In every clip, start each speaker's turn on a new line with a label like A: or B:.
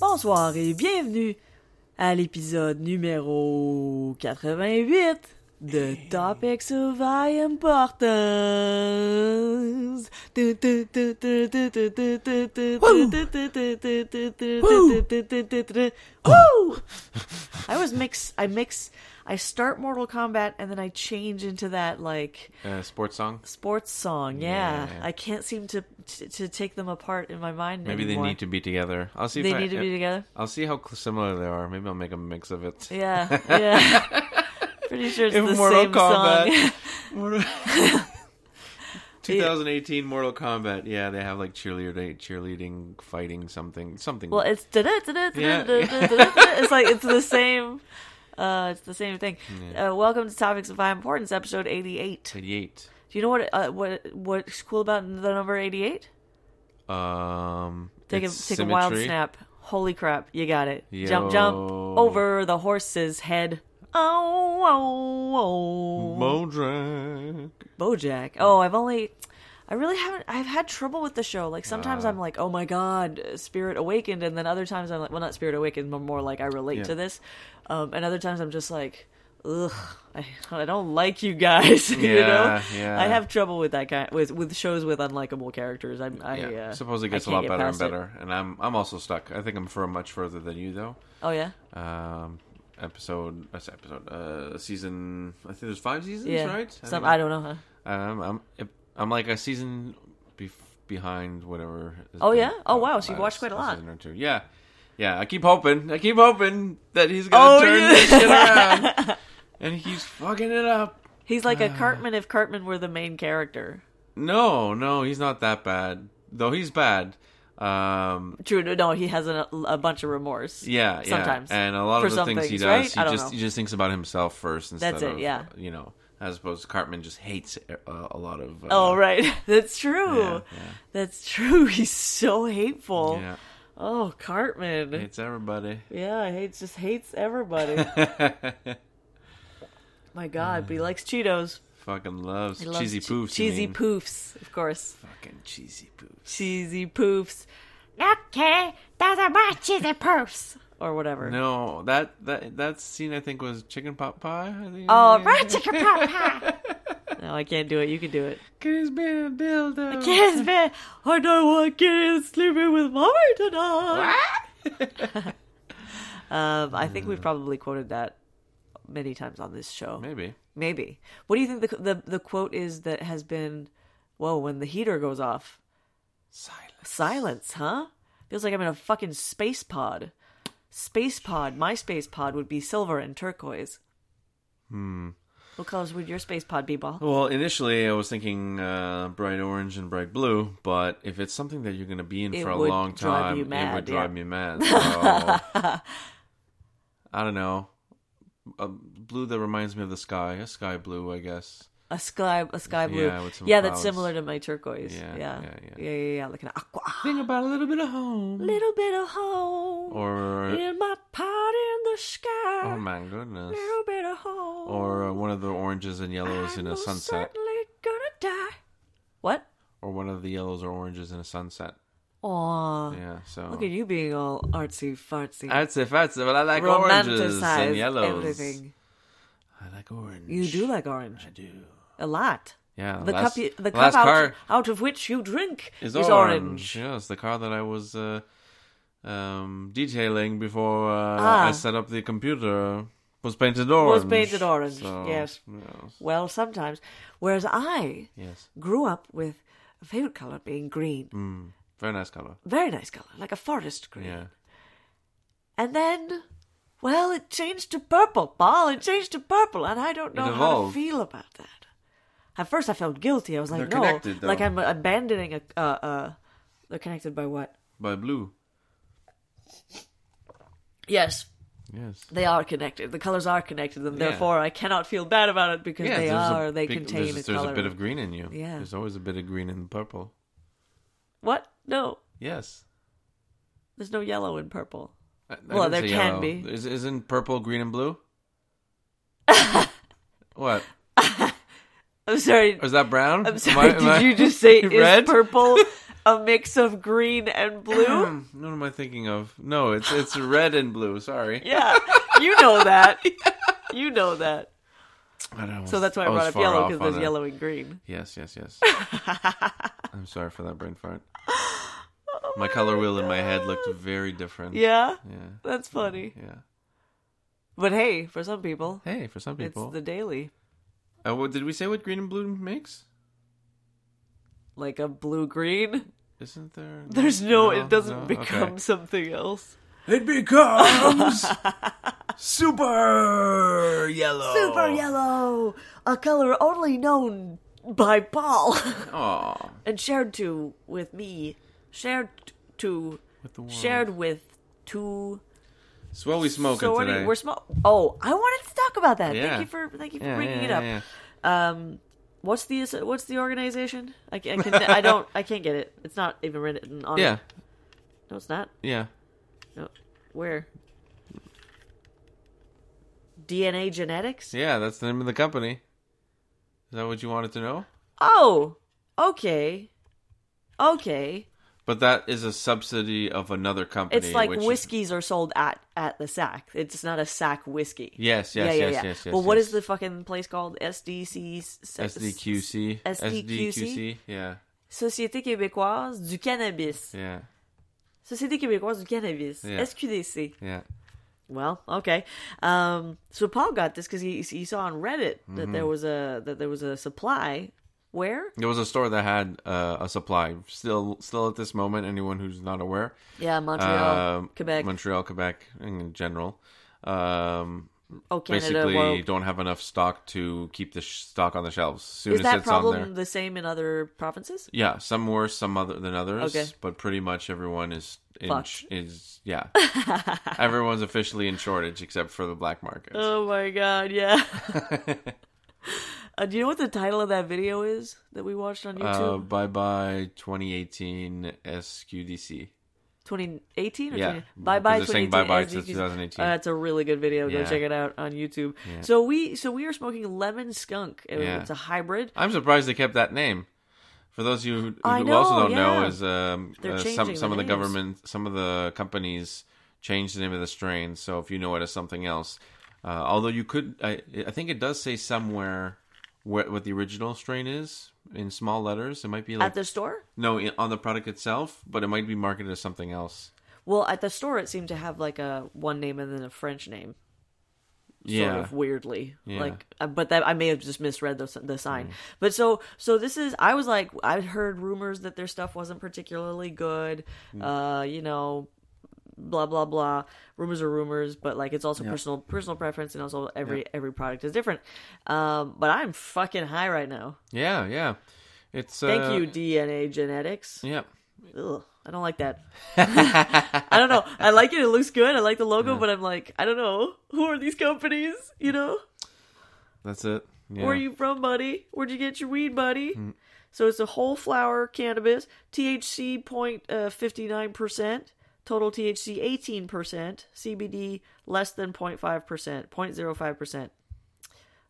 A: Bonsoir et bienvenue à l'épisode numéro 88 de Topics of High Importance.
B: Oh.
A: Woo! I always mix, I mix, I start Mortal Kombat and then I change into that like
B: Uh, sports song.
A: sports song. Yeah,
B: Yeah.
A: I can't seem to, to to take them apart in my mind.
B: Maybe they
A: anymore.
B: need to be together. I'll see.
A: They
B: if I,
A: need to be together.
B: I'll see how cl- similar they are. Maybe I'll make a mix of it.
A: Yeah, yeah. Pretty sure it's
B: If
A: the
B: Mortal
A: same song.
B: Kombat- Mortal- 2018 Mortal Kombat. Yeah, they have like cheerleading, cheerleading, fighting something, something.
A: well, it's da da da da da
B: Yeah.
A: da da. It's like it's the same. Uh, it's the same thing. Uh, welcome to Topics of High Importance, episode eighty-eight.
B: 88.
A: Do you know what uh, what what's cool about the number eighty-eight?
B: Um,
A: Take a take
B: it's
A: a wild
B: symmetry.
A: snap. Holy crap! You got it. Jump, jump
B: Yo.
A: over the horse's head. Oh, oh, oh.
B: Modrak.
A: Bojack. Oh, I've only. I really haven't. I've had trouble with the show. Like sometimes
B: Ah.
A: I'm like, oh my god, Spirit Awakened, and then other times I'm like, well, not Spirit Awakened, but more like I relate
B: Yeah.
A: to this. Um, and other times I'm just like, ugh, I, I don't like you guys. you know,
B: Yeah, yeah.
A: I have trouble with that kind with with shows with unlikable characters. I'm, I
B: Yeah.
A: uh,
B: Suppose it
A: I
B: gets a
A: can't
B: lot
A: get
B: better and
A: past it.
B: better. And I'm I'm also stuck. I think I'm for much further than you though.
A: Oh yeah,
B: um episode that's episode uh season i think there's five seasons
A: yeah.
B: right
A: Some,
B: think-
A: I don't know. Huh?
B: um i'm if- i'm like a season bef- behind whatever has
A: Oh,
B: been
A: yeah? Oh,
B: out
A: wow, so you've
B: by
A: watched quite a lot.
B: season or two. yeah yeah i keep hoping i keep hoping that he's gonna
A: Oh,
B: turn
A: yeah.
B: this shit around and he's fucking it up
A: He's like a
B: Uh.
A: Cartman if Cartman were the main character.
B: no no he's not that bad though he's bad um
A: True. No, he has a, a bunch of remorse.
B: yeah, yeah,
A: Sometimes.
B: and a lot
A: For
B: of the
A: some
B: things, he
A: things,
B: does,
A: right?
B: he
A: I don't
B: just
A: know.
B: he just thinks about himself first instead
A: That's it,
B: of
A: yeah.
B: you know, as opposed to Cartman just hates uh, a lot of. Uh,
A: Oh right, that's true.
B: yeah,
A: That's true. He's so hateful.
B: yeah,
A: Oh Cartman.
B: hates everybody.
A: yeah, he just hates everybody. My God, but he likes Cheetos.
B: Fucking loves
A: He loves
B: cheesy
A: che-
B: poofs. you
A: Cheesy
B: mean.
A: poofs, of course.
B: Fucking cheesy poofs.
A: Cheesy poofs
C: Okay, that's a much is a purse.
A: or whatever.
B: No, that that that scene I think was chicken pot pie. I think.
A: Oh,
B: Yeah.
C: Right, chicken pot pie.
A: No, I can't do it. You can do it.
B: He's being a dildo.
A: Yes, man. I don't want kids sleeping with mommy tonight. Um, I think we've probably quoted that many times on this show.
B: Maybe.
A: Maybe. What do you think the the, the quote is that has been? Whoa! When the heater goes off,
B: Silence.
A: silence, huh? Feels like I'm in a fucking space pod. Space pod. My space pod would be silver and turquoise. Hmm. What colors would your space pod be, Ball?
B: Well, initially I was thinking uh, bright orange and bright blue, but if it's something that you're going to be in
A: It
B: for a
A: would
B: long
A: drive
B: time,
A: you
B: it
A: mad,
B: would
A: yeah.
B: drive me mad. So, I don't know. A blue that reminds me of the sky, a sky blue, I guess.
A: A sky, a sky blue.
B: Yeah, with some
A: that's
B: clouds.
A: similar to my turquoise. Yeah, yeah,
B: Yeah, yeah, yeah.
A: yeah, yeah, yeah, like an aqua.
B: Think about a little bit of home,
A: Little bit of home
B: or
A: in my pod in the sky.
B: oh my goodness,
A: Little bit of home.
B: or uh, one of the oranges and yellows in a
A: most
B: sunset,
A: certainly gonna die. What?
B: or one of the yellows or oranges in a sunset.
A: Aw.
B: Yeah, so
A: Look at you being all artsy fartsy.
B: that's it, that's it. But I like oranges and
A: Romanticize
B: yellows.
A: everything.
B: I like orange.
A: You do like orange
B: I do.
A: a lot.
B: Yeah,
A: The
B: last-
A: cup, you, the
B: last
A: cup out,
B: car
A: out of which you drink
B: is,
A: is,
B: orange. Yes, the car that I was uh, um, detailing before uh,
A: Ah.
B: I set up the computer was painted orange.
A: Was painted orange.
B: So,
A: Yes.
B: yes,
A: Well, sometimes. Whereas I
B: yes.
A: grew up with a favorite color being green,
B: very nice color.
A: very nice color, like a forest green.
B: Mm. Yeah,
A: And then, well, it changed to purple, Paul. It changed to purple, and I don't know how to
B: evolved.
A: feel about that. At first, I felt guilty. I was like,
B: They're
A: no,
B: connected, though.
A: like I'm abandoning a. Uh, uh, they're connected by what?
B: by blue.
A: Yes,
B: Yes.
A: they are connected. The colors are connected, and
B: Yeah.
A: therefore I cannot feel bad about it because
B: Yeah,
A: they
B: there's a
A: are. They
B: big-
A: contain
B: There's,
A: a
B: there's
A: color.
B: a bit of green in you.
A: Yeah.
B: There's always a bit of green in purple.
A: What? No,
B: Yes.
A: there's no yellow in purple.
B: I- I
A: Well,
B: didn't
A: there
B: say
A: can
B: yellow.
A: be.
B: Is, isn't purple green and blue? what?
A: I'm sorry.
B: Or is that brown?
A: I'm sorry.
B: Am
A: Did
B: I- am I-
A: you just say is
B: red?
A: purple? a mix of green and blue.
B: What am I thinking of? No, it's it's red and blue. Sorry.
A: yeah, you know that. You know that.
B: I don't know,
A: So that's why I
B: was
A: brought up
B: far
A: yellow
B: off
A: because
B: on
A: there's
B: that.
A: yellow and green.
B: Yes, yes, yes. I'm sorry for that brain fart. my color wheel in my head looked very different.
A: Yeah,
B: Yeah.
A: that's funny.
B: Yeah.
A: But hey, for some people,
B: Hey, for some people.
A: it's the daily.
B: Uh, what, did we say what green and blue makes?
A: Like a blue green.
B: Isn't there?
A: There's no, it doesn't
B: no?
A: become
B: Okay.
A: something else.
B: It becomes super yellow.
A: Super yellow, a color only known by Paul
B: Aw,
A: and shared to with me, shared to,
B: with the world.
A: shared with two.
B: So what we smoking
A: so what are
B: Oh, today?
A: you, we're smoke. Oh, I wanted to talk about that.
B: Yeah.
A: Thank you for thank you for
B: yeah,
A: bringing
B: yeah,
A: it up.
B: yeah,
A: Um, what's the what's the organization? I, ca- I can I don't I can't get it. It's not even written on. it.
B: Yeah,
A: No, it's not.
B: yeah.
A: No, where? DNA genetics.
B: Yeah, that's the name of the company. Is that what you wanted to know?
A: Oh, okay, okay.
B: But that is a subsidy of another company.
A: It's like
B: which-
A: whiskeys are sold at at the sack. It's not a sack whiskey.
B: Yes, yes,
A: yeah, yeah,
B: yes,
A: yeah.
B: yes, yes.
A: Well, what
B: yes.
A: is the fucking place called? SDC. SDQC?
B: SDQC? SDQC? Yeah,
A: Société québécoise du cannabis.
B: yeah,
A: Société québécoise du cannabis.
B: Yeah.
A: SQDC.
B: yeah.
A: Well, okay. Um, so Paul got this because he he saw on Reddit
B: Mm-hmm.
A: that there was a that there was a supply. Where?
B: There was a store that had uh, a supply. Still, still at this moment, anyone who's not aware,
A: Yeah, Montreal,
B: um,
A: Quebec.
B: Montreal, Quebec, in general, um,
A: oh, Canada.
B: basically
A: Well,
B: don't have enough stock to keep the sh- stock on the shelves. Soon
A: is
B: as
A: that
B: it's on there,
A: problem the same in other provinces?
B: Yeah, some worse, some other than others.
A: Okay.
B: But pretty much everyone is in
A: Fucked.
B: sh- is yeah. Everyone's officially in shortage except for the black market.
A: Oh my god, yeah. uh, do you know what the title of that video is that we watched on
B: uh,
A: YouTube?
B: bye bye 2018 SQDC.
A: 2018 or
B: yeah.
A: 20? Bye bye
B: They're saying
A: 2018.
B: bye bye
A: as
B: to
A: you-
B: 2018.
A: Uh, that's a really good video. Go
B: Yeah.
A: check it out on YouTube. So we so we are smoking lemon skunk. It-
B: Yeah.
A: It's a hybrid.
B: I'm surprised they kept that name. For those of you who,
A: I
B: who also
A: know,
B: don't know,
A: yeah.
B: is um,
A: They're
B: uh, some
A: changing
B: some
A: the
B: of the
A: names.
B: government, some of the companies changed the name of the strain. So if you know it as something else, uh, although you could, I, I think it does say somewhere what, what the original strain is in small letters. It might be like
A: At the store?
B: no i- on the product itself, but it might be marketed as something else.
A: Well, at the store it seemed to have like a one name and then a French name.
B: Yeah,
A: sort of weirdly
B: Yeah. Mm.
A: like uh, but that i may have just misread the, the sign but so so this is i was like i heard rumors that their stuff wasn't particularly good
B: Mm.
A: uh you know blah blah blah rumors are rumors but like it's also personal personal preference and also every every product is different um but i'm fucking high right now
B: yeah, yeah. It's
A: thank
B: uh,
A: you dna genetics
B: Yeah,
A: Ugh, I don't like that. I don't know. I like it. It looks good. I like the logo, but I'm like, I don't know. Who are these companies? You know?
B: that's it. Yeah.
A: Where are you from, buddy? Where'd you get your weed, buddy? So it's a whole flower cannabis, THC point uh, fifty nine percent, total THC eighteen percent, CBD less than 05 percent, 005 percent.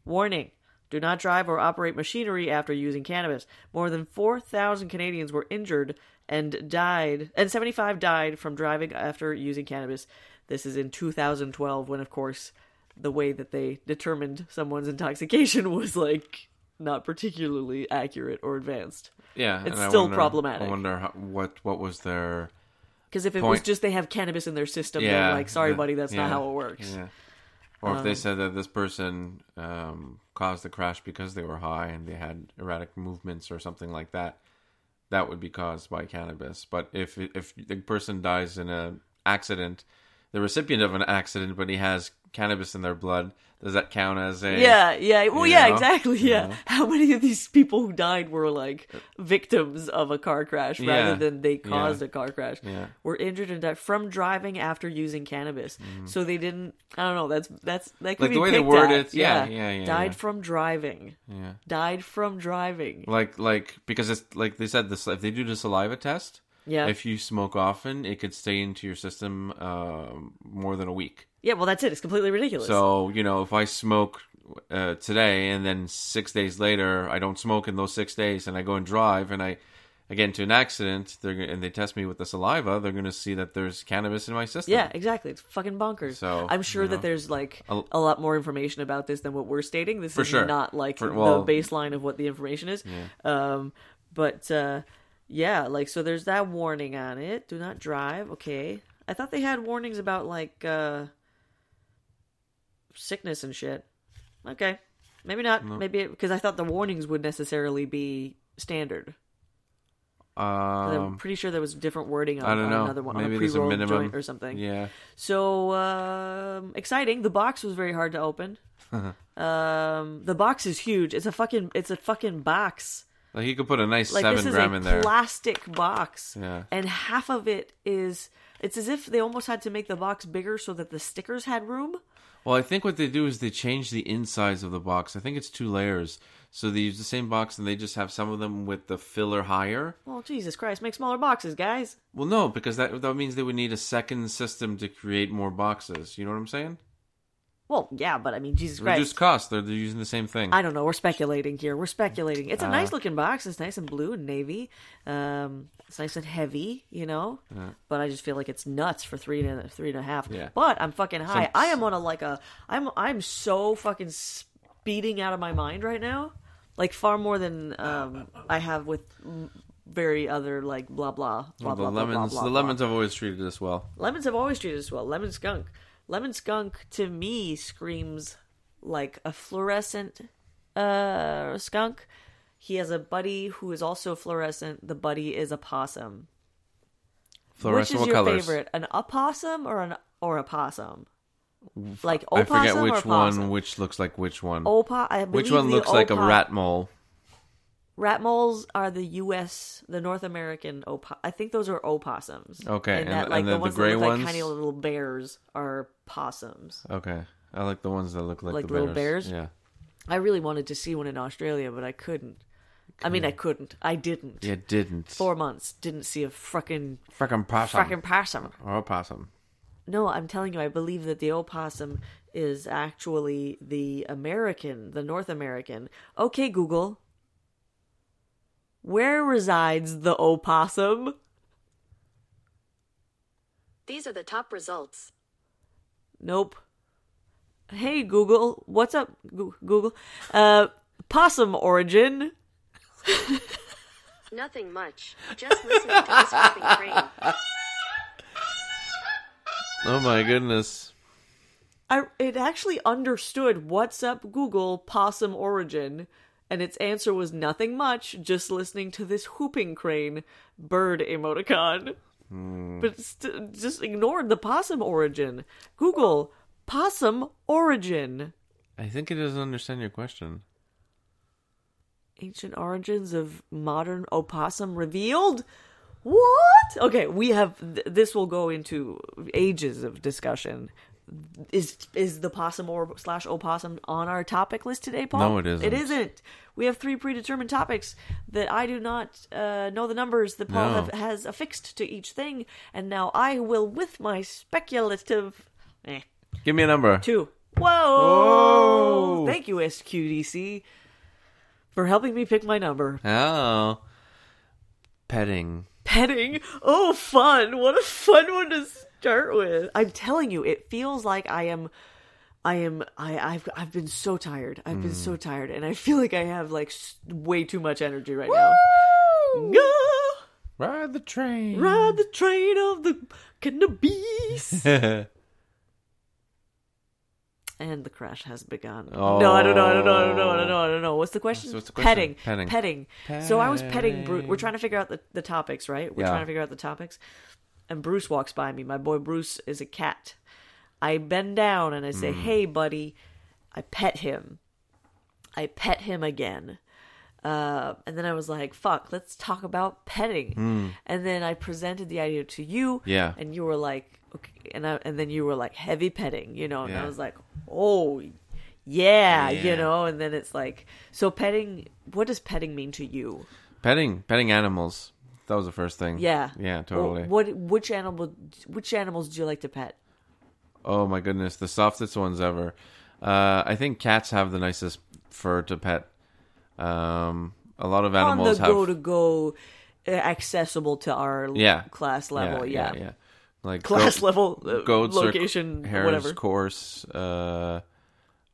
A: Warning: Do not drive or operate machinery after using cannabis. More than four thousand Canadians were injured and died, and seventy five died from driving after using cannabis. This is in two thousand twelve, when of course the way that they determined someone's intoxication was like not particularly accurate or advanced.
B: Yeah,
A: It's
B: and I
A: still
B: wonder-
A: problematic.
B: I wonder how, what what was their
A: Because if it was
B: Point.
A: just they have cannabis in their system,
B: Yeah,
A: they're like, sorry,
B: the-
A: buddy, that's
B: yeah,
A: not how it works. Um,
B: Yeah. Or if they said that this person um, caused the crash because they were high and they had erratic movements or something like that, that would be caused by cannabis. But if if the person dies in an accident, the recipient of an accident, but he has cannabis in their blood, does that count as a
A: Yeah, yeah. Well,
B: You
A: yeah,
B: know?
A: exactly. Yeah.
B: Yeah.
A: How many of these people who died were like victims of a car crash rather
B: Yeah,
A: than they caused
B: yeah,
A: a car crash?
B: yeah.
A: Were injured and died from driving after using cannabis. So they didn't. I don't know. That's that's that could be
B: Mm. Like the way they
A: picked
B: word
A: at.
B: it, yeah, yeah, yeah,
A: Died
B: yeah.
A: from driving.
B: Yeah.
A: Died from driving.
B: Like like because it's like they said this if they do the saliva test,
A: Yeah.
B: if you smoke often, it could stay into your system um more than a week.
A: yeah. Well, that's it. It's completely ridiculous.
B: So you know, if I smoke uh, today and then six days later I don't smoke in those six days, and I go and drive, and I again to an accident, they're gonna- and they test me with the saliva, they're going to see that there's cannabis in my system.
A: Yeah, exactly. It's fucking bonkers.
B: So,
A: I'm sure
B: you
A: that
B: know,
A: there's like a,
B: a-
A: lot more information about this than what we're stating. This
B: For
A: is
B: sure.
A: not like
B: For- well-
A: the baseline of what the information is. Um, but uh, yeah, like so there's that warning on it. Do not drive. Okay. I thought they had warnings about like uh, sickness and shit. Okay. Maybe not. Maybe because I thought the warnings would necessarily be standard. I'm
B: Um,
A: pretty sure there was different wording on,
B: I don't
A: on
B: know.
A: another one, on
B: Maybe
A: a
B: there's a
A: pre-roll
B: minimum.
A: joint or something.
B: yeah.
A: So um, exciting! The box was very hard to open.
B: Uh-huh.
A: um, the box is huge. It's a fucking it's a fucking box.
B: Like you could put a nice
A: Like
B: seven
A: this is
B: gram
A: a
B: in there.
A: plastic box,
B: Yeah.
A: and half of it is. It's as if they almost had to make the box bigger so that the stickers had room.
B: Well, I think what they do is they change the insides of the box. I think it's two layers. So they use the same box and they just have some of them with the filler higher.
A: Well, Jesus Christ, make smaller boxes, guys.
B: Well, no, because that that means they would need a second system to create more boxes. You know what I'm saying?
A: Well, yeah, but I mean, Jesus Christ.
B: Reduce cost. They're, they're using the same thing. Uh,
A: I don't know. We're speculating here. We're speculating. It's a nice looking box. It's nice and blue and navy. Um, it's nice and heavy, you know. But I just feel like it's nuts for three and a, three and a half.
B: Yeah.
A: But I'm fucking high. I am on a like a. I'm I'm so fucking speeding out of my mind right now, like far more than um I have with mm, very other like blah blah blah
B: Well,
A: blah blah,
B: the
A: blah,
B: lemons,
A: blah,
B: the
A: blah.
B: lemons have always treated us well.
A: Lemons have always treated us well. Lemon skunk. Lemon skunk to me screams like a fluorescent uh skunk. He has a buddy who is also fluorescent. The buddy is a possum. Which
B: Fluorescent
A: is
B: what
A: your
B: colors?
A: favorite? An opossum or an or a possum? Like
B: I
A: opossum
B: forget
A: or
B: which
A: possum?
B: one which looks like which one.
A: Opo- I
B: which
A: believe
B: one
A: the
B: looks like a
A: opo-
B: rat mole?
A: Rat moles are the U.S. the North American op. I think those are opossums.
B: Okay,
A: and,
B: and-
A: that,
B: and
A: like
B: then
A: the
B: the
A: ones
B: gray
A: that look
B: ones?
A: like tiny little bears are possums.
B: Okay. I like the ones that look like,
A: Like
B: the
A: little bears?
B: Yeah.
A: I really wanted to see one in Australia, but I couldn't. I mean, I couldn't. I didn't.
B: Yeah, didn't.
A: Four months didn't see a frickin'
B: Frickin' possum.
A: frickin' possum.
B: or a possum.
A: No, I'm telling you, I believe that the opossum is actually the American, the North American. Okay, Google. Where resides the opossum?
D: These are the top results.
A: Nope. Hey, Google. What's up, Goo- Google? Uh, possum origin.
D: Nothing much. Just listening to this fucking train.
B: Oh my goodness.
A: I it actually understood what's up Google possum origin and its answer was nothing much just listening to this whooping crane bird emoticon but st- just ignored the possum origin Google possum origin
B: I think it doesn't understand your question.
A: ancient origins of modern opossum revealed what okay we have th- this will go into ages of discussion is is the possum or slash opossum on our topic list today paul
B: No, it isn't.
A: it isn't we have three predetermined topics that i do not uh, know the numbers that paul
B: No.
A: have, has affixed to each thing and now i will with my speculative eh,
B: Give me a number.
A: Two. Whoa!
B: Whoa!
A: Thank you, SQDC, for helping me pick my number.
B: Oh. Petting.
A: Petting. Oh, fun. What a fun one to start with. I'm telling you, it feels like I am. I am. I, I've. I've been so tired. I've been so tired, and I feel like I have like s- way too much energy right now. Go
B: Ride the train.
A: ride the train of the cannabis. And the crash has begun. No, I don't know. I don't know. I don't know. I don't know. I don't know. What's the question?
B: What's- what's the
A: Petting.
B: question? Petting.
A: Petting. So I was petting Bruce.
B: Petting.
A: We're trying to figure out the, the topics, right? We're
B: Yeah.
A: trying to figure out the topics. And Bruce walks by me. My boy Bruce is a cat. I bend down and I say,
B: Hmm.
A: hey, buddy. I pet him. I pet him again. Uh, and then I was like, fuck, let's talk about petting. And then I presented the idea to you.
B: Hmm. Yeah.
A: And you were like, okay. And, I, and then you were like, heavy petting, you know? And I
B: Yeah.
A: was like, oh, yeah, you
B: Yeah.
A: know? And then it's like, so petting, what does petting mean to you?
B: Petting. Petting animals. That was the first thing.
A: Yeah.
B: Yeah,
A: Wh-
B: totally.
A: What, which animal, which animals do you like to pet?
B: Oh my goodness, the softest ones ever. Uh, I think cats have the nicest fur to pet. Um, a lot of
A: On the
B: animals
A: go
B: have
A: to go accessible to our l-
B: Yeah.
A: class level. Yeah,
B: yeah. Like
A: class
B: go-
A: level, uh,
B: Goats or
A: location,
B: Harris
A: whatever.
B: course. Uh,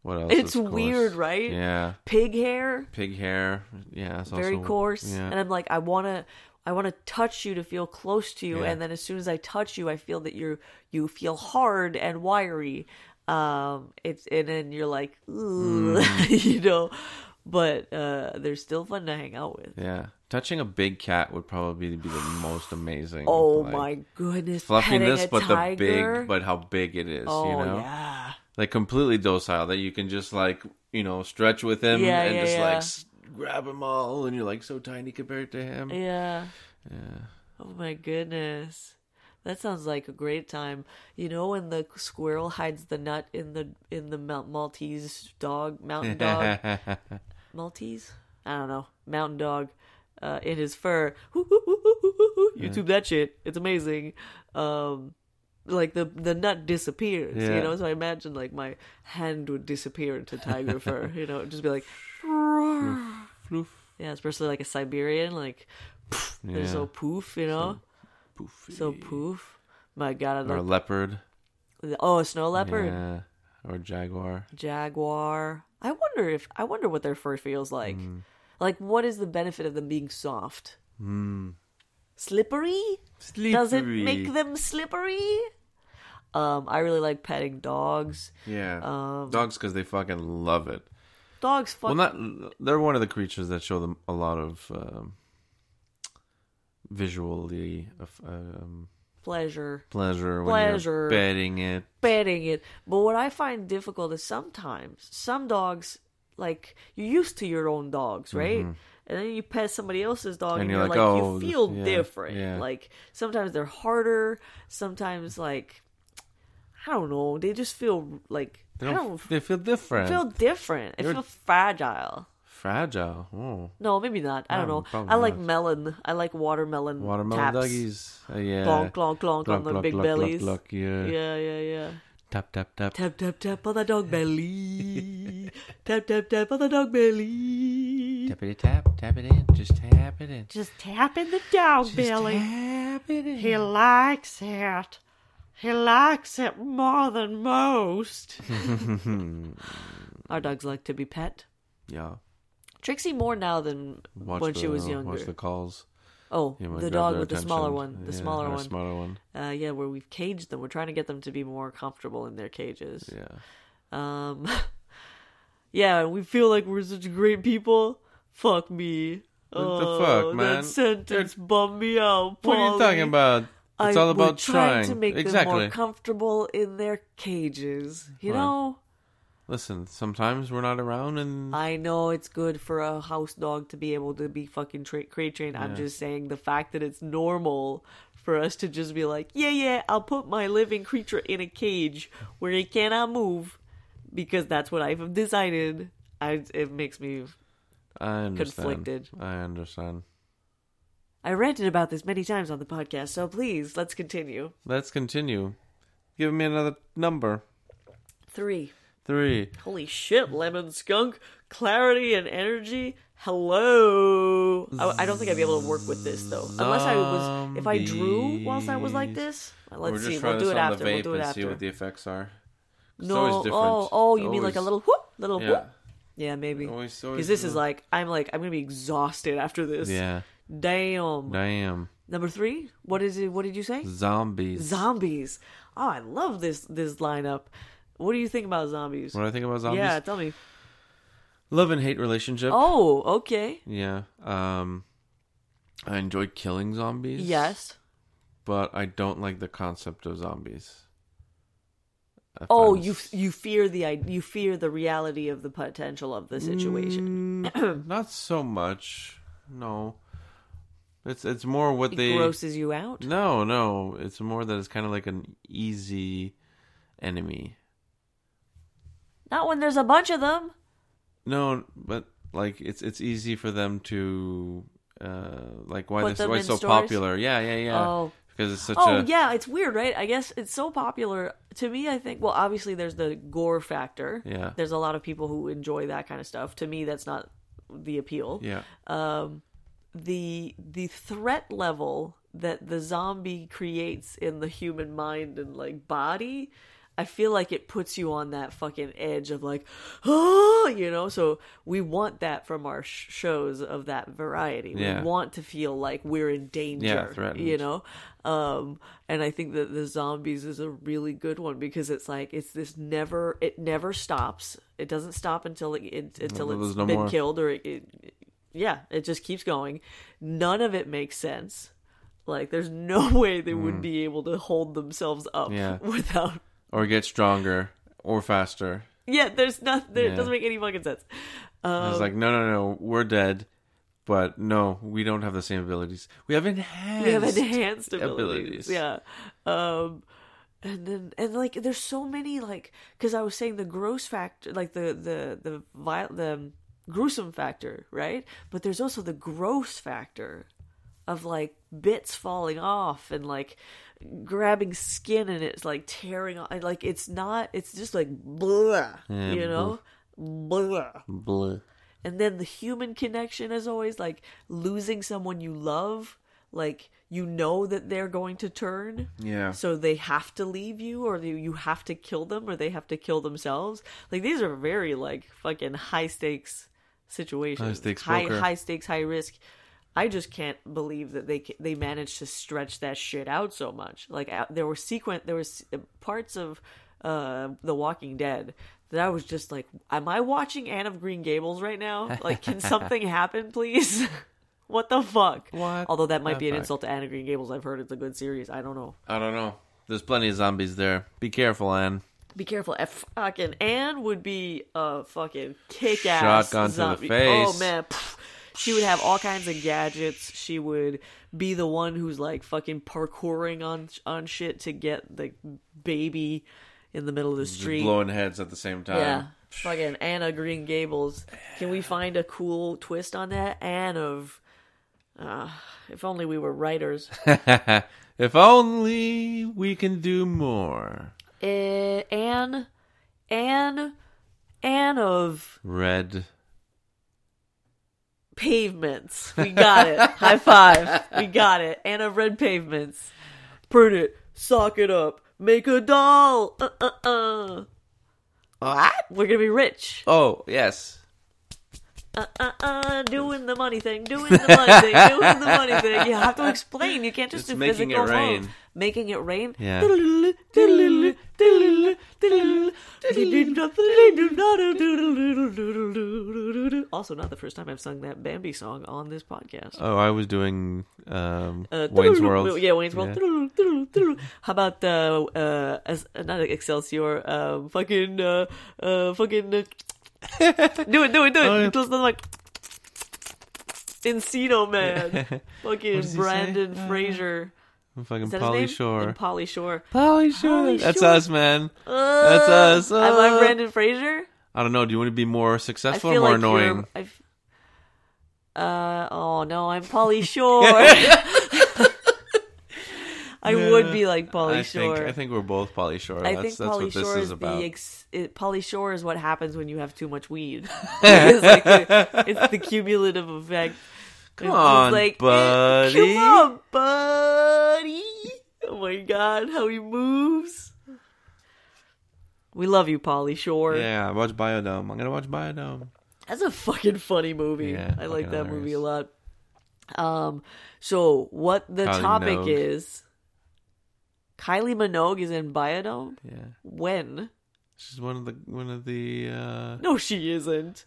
B: what else?
A: It's
B: is coarse?
A: weird, right?
B: Yeah,
A: Pig hair,
B: pig hair. Yeah, it's
A: very
B: also-
A: coarse,
B: Yeah.
A: and I'm like, I wanna. I want to touch you to feel close to you,
B: Yeah.
A: and then as soon as I touch you, I feel that you're you feel hard and wiry. Um, it's and then you're like, "Ugh,"
B: Mm.
A: you know, but uh, they're still fun to hang out with.
B: yeah, touching a big cat would probably be the most amazing.
A: Oh
B: like,
A: my goodness! petting
B: fluffiness,
A: a
B: but the
A: tiger?
B: big, but how big it is.
A: oh
B: you know,
A: yeah,
B: like completely docile that you can just like you know stretch with him
A: Yeah,
B: and
A: yeah,
B: just
A: yeah.
B: like s- grab him all, and you're like so tiny compared to him.
A: yeah, yeah. Oh my goodness, that sounds like a great time. You know when the squirrel hides the nut in the in the Mal- Maltese dog, mountain dog, Maltese? I don't know, mountain dog. Uh, in his fur, YouTube that shit. It's amazing. Um, like the the nut disappears, you
B: Yeah.
A: know. So I imagine like my hand would disappear into tiger fur, you know, it'd just be like
B: Floof.
A: Yeah, especially like a Siberian, like poof, they're so
B: Yeah.
A: poof, you know,
B: Poofy.
A: so, poof. My God, I
B: or a
A: love
B: leopard.
A: oh a snow leopard,
B: Yeah. Or jaguar.
A: jaguar. I wonder if I wonder what their fur feels like.
B: Mm.
A: Like, what is the benefit of them being soft?
B: Hmm.
A: Slippery?
B: Sleepy.
A: Does it make them slippery? Um, I really like petting dogs.
B: Yeah.
A: Um.
B: Dogs because they fucking love it.
A: Dogs fuck
B: Well, not they're one of the creatures that show them a lot of um, visually of, um,
A: pleasure.
B: pleasure.
A: Pleasure.
B: When you're petting it.
A: petting it. But what I find difficult is sometimes some dogs, like you're used to your own dogs, right?
B: Mm-hmm.
A: And then you pet somebody else's dog, and, you're, like,
B: "Oh,
A: you
B: this-
A: feel
B: yeah,
A: different.
B: yeah."
A: Like sometimes they're harder. Sometimes like I don't know. They just feel like
B: They
A: I
B: don't,
A: don't
B: They feel different.
A: feel different. I
B: You're-
A: feel fragile.
B: fragile. Oh,
A: No, maybe not. I don't
B: No,
A: know.
B: probably
A: I like
B: not.
A: melon. I like watermelon.
B: watermelon
A: taps.
B: doggies. Uh, yeah.
A: Glonk, glonk, glonk on the big bellies.
B: Glonk, yeah.
A: Yeah, yeah, yeah.
B: Tap tap tap.
A: Tap tap tap on the dog belly. tap tap tap on the dog belly.
B: Tap it tap. Tap it in. Just tap it in.
C: Just tap in the dog belly.
B: Tap it in.
C: He likes it. He likes it more than most.
A: Our dogs like to be pet.
B: Yeah.
A: Trixie more now than
B: Watch
A: when
B: the, uh,
A: she was
B: Watch
A: younger.
B: the calls.
A: oh,
B: You might
A: the
B: grab
A: dog
B: their
A: with the smaller
B: attention.
A: one. The
B: Yeah,
A: smaller
B: our
A: one.
B: Smaller one.
A: uh, yeah, where we've caged them. We're trying to get them to be more comfortable in their cages.
B: Yeah.
A: Um, yeah, we feel like we're such great people. Fuck me.
B: What the
A: Oh,
B: fuck,
A: That
B: man?
A: sentence bummed me out.
B: What are you talking
A: Paulie.
B: about? It's
A: I-
B: all
A: we're
B: about trying.
A: to make
B: exactly.
A: them more comfortable in their cages. You
B: Right.
A: know,
B: Listen, sometimes we're not around, and
A: I know it's good for a house dog to be able to be fucking tra- crate trained. I'm just saying the fact that it's normal for us to just be like, yeah, yeah, I'll put my living creature in a cage where it cannot move because that's what I've decided. I, it makes me.
B: I understand.
A: conflicted.
B: I understand.
A: I ranted about this many times on the podcast, so please let's continue.
B: Let's continue. Give me another number.
A: Three.
B: Three.
A: Holy shit, Lemon Skunk. Clarity and energy. Hello. I, I don't think I'd be able to work with this though. Unless I was if I drew whilst I was like this. Let's
B: we're just
A: see.
B: trying
A: We'll do
B: this
A: it
B: on
A: after.
B: the vape
A: We'll do it
B: and see
A: after.
B: what the effects are. It's always
A: no.
B: different.
A: Oh, oh, you
B: It's
A: mean like a
B: always-
A: little whoop, little
B: Yeah.
A: whoop. Yeah, maybe.
B: Always-
A: Because
B: always
A: this
B: do
A: is
B: it.
A: like I'm like I'm gonna be exhausted after this.
B: Yeah.
A: Damn.
B: Damn.
A: Number three. What is it? What did you say?
B: Zombies.
A: Zombies. Oh, I love this this lineup. What do you think about zombies?
B: What do I think about zombies?
A: Yeah, tell me.
B: Love and hate relationship.
A: Oh, okay.
B: Yeah. Um I enjoy killing zombies.
A: Yes.
B: But I don't like the concept of zombies. I
A: Oh,
B: find
A: you
B: it's-
A: you fear the i- you fear the reality of the potential of the situation.
B: not so much. No. It's it's more what
A: It
B: they
A: grosses you out.
B: No, no. It's more that it's kind of like an easy enemy.
A: Not when there's a bunch of them.
B: No, but like it's it's easy for them to uh like why
A: Put
B: this
A: them
B: why
A: in
B: it's so
A: stores?
B: popular. Yeah, yeah, yeah.
A: Oh.
B: Because it's such
A: oh
B: a
A: yeah, it's weird, right? I guess it's so popular to me. I think well, obviously there's the gore factor.
B: Yeah.
A: there's a lot of people who enjoy that kind of stuff. To me, that's not the appeal.
B: yeah.
A: the the threat level that the zombie creates in the human mind and like body i feel like it puts you on that fucking edge of like oh you know so we want that from our sh- shows of that variety
B: Yeah.
A: we want to feel like we're in danger
B: Yeah,
A: danger,
B: threatened.
A: you know um and i think that the zombies is a really good one because it's like it's this never it never stops it doesn't stop until it, it until
B: Until
A: it's
B: there's no
A: been
B: more.
A: killed or it, it yeah it just keeps going none of it makes sense like there's no way they would be able to hold themselves up
B: Mm. Yeah.
A: without
B: or get stronger or faster.
A: yeah there's nothing there,
B: Yeah.
A: it doesn't make any fucking sense
B: it's
A: Oh.
B: like no, no, no, we're dead, but no, we don't have the same abilities. We have enhanced.
A: We have enhanced abilities.
B: abilities.
A: Yeah. Um and then and like there's so many like cuz I was saying the gross factor like the the the viol- the um, gruesome factor, right? But there's also the gross factor of like bits falling off and like grabbing skin and it's like tearing off and, like it's not it's just like blah,
B: Yeah,
A: you know? Blah
B: Bleh.
A: and then the human connection is always like losing someone you love like you know that they're going to turn
B: Yeah.
A: so they have to leave you or you you have to kill them or they have to kill themselves like these are very like fucking high stakes situations
B: High stakes
A: high,
B: poker.
A: high stakes high risk I just can't believe that they ca- they managed to stretch that shit out so much. Like out- there were sequence there was s- parts of uh The Walking Dead that I was just like, am I watching Anne of Green Gables right now? Like, can something happen, please? what the fuck?
B: What
A: Although that might be
B: the
A: an
B: fuck?
A: insult to Anne of Green Gables. I've heard it's a good series. I don't know.
B: I don't know. There's plenty of zombies there. Be careful, Anne.
A: Be careful. A fucking Anne would be a fucking kick ass
B: Shotgun to the
A: zombie. Oh
B: face.
A: man. Pff. She would have all kinds of gadgets. She would be the one who's like fucking parkouring on on shit to get the baby in the middle of the
B: Just
A: street.
B: blowing heads at the same time.
A: yeah. Fucking Anna Green Gables. Can we find a cool twist on that? Anne of uh, if only we were writers.
B: if only we can do more.
A: uh, Anne Anne Anne of
B: Red.
A: pavements. We got it. High five. We got it. And of red pavements. Print it. Sock it up. Make a doll. Uh uh uh.
B: What?
A: We're gonna be rich.
B: Oh, yes.
A: Uh uh uh. Doing the money thing. Doing the money thing. Doing the money thing. You have to explain. You can't just
B: It's
A: do
B: making
A: physical
B: it
A: form.
B: rain.
A: Making it rain.
B: Yeah.
A: Also, not the first time I've sung that Bambi song on this podcast.
B: Oh, I was doing um,
A: Uh,
B: Wayne's
A: through-
B: World.
A: Yeah, Wayne's World. through- through- through. How about uh, uh, as, uh, not Excelsior? Um, fucking, uh, uh, fucking. Uh, do it, do it, do it.
B: Oh, yeah.
A: Close the mic. Encino Man.
B: What does
A: fucking
B: he
A: Brandon
B: say? Uh,
A: Fraser.
B: I'm fucking
A: Is that
B: Polly
A: his name?
B: Shore.
A: And Polly Shore.
B: Polly Shore.
A: Polly
B: That's
A: Shore.
B: us, man.
A: That's
B: us,
A: Am I
B: uh,
A: Brandon Fraser?
B: I don't know. Do you want to be more successful
A: I
B: or
A: feel
B: more
A: like you're-
B: annoying?
A: I've- Uh, oh no, I'm Polly Shore. I would be like Polly
B: I
A: Shore.
B: think I think we're both Polly Shore.
A: I
B: that's
A: think
B: that's
A: Polly
B: what this
A: Shore
B: is,
A: is,
B: about.
A: the ex- it, Polly Shore is what happens when you have too much weed. it's, like the, it's the cumulative effect. Come
B: on, buddy.
A: eh, Come on, buddy. Oh my god, how he moves. We love you, Polly Shore.
B: yeah, I watch Biodome. I'm gonna watch Biodome.
A: That's a fucking funny movie.
B: Yeah,
A: I like
B: fucking
A: that movie a
B: hilarious.
A: lot. Um, so what the
B: Kylie
A: topic
B: Minogue.
A: is? Kylie Minogue is in Biodome.
B: Yeah,
A: When?
B: she's one of the one of the. Uh...
A: No, she isn't.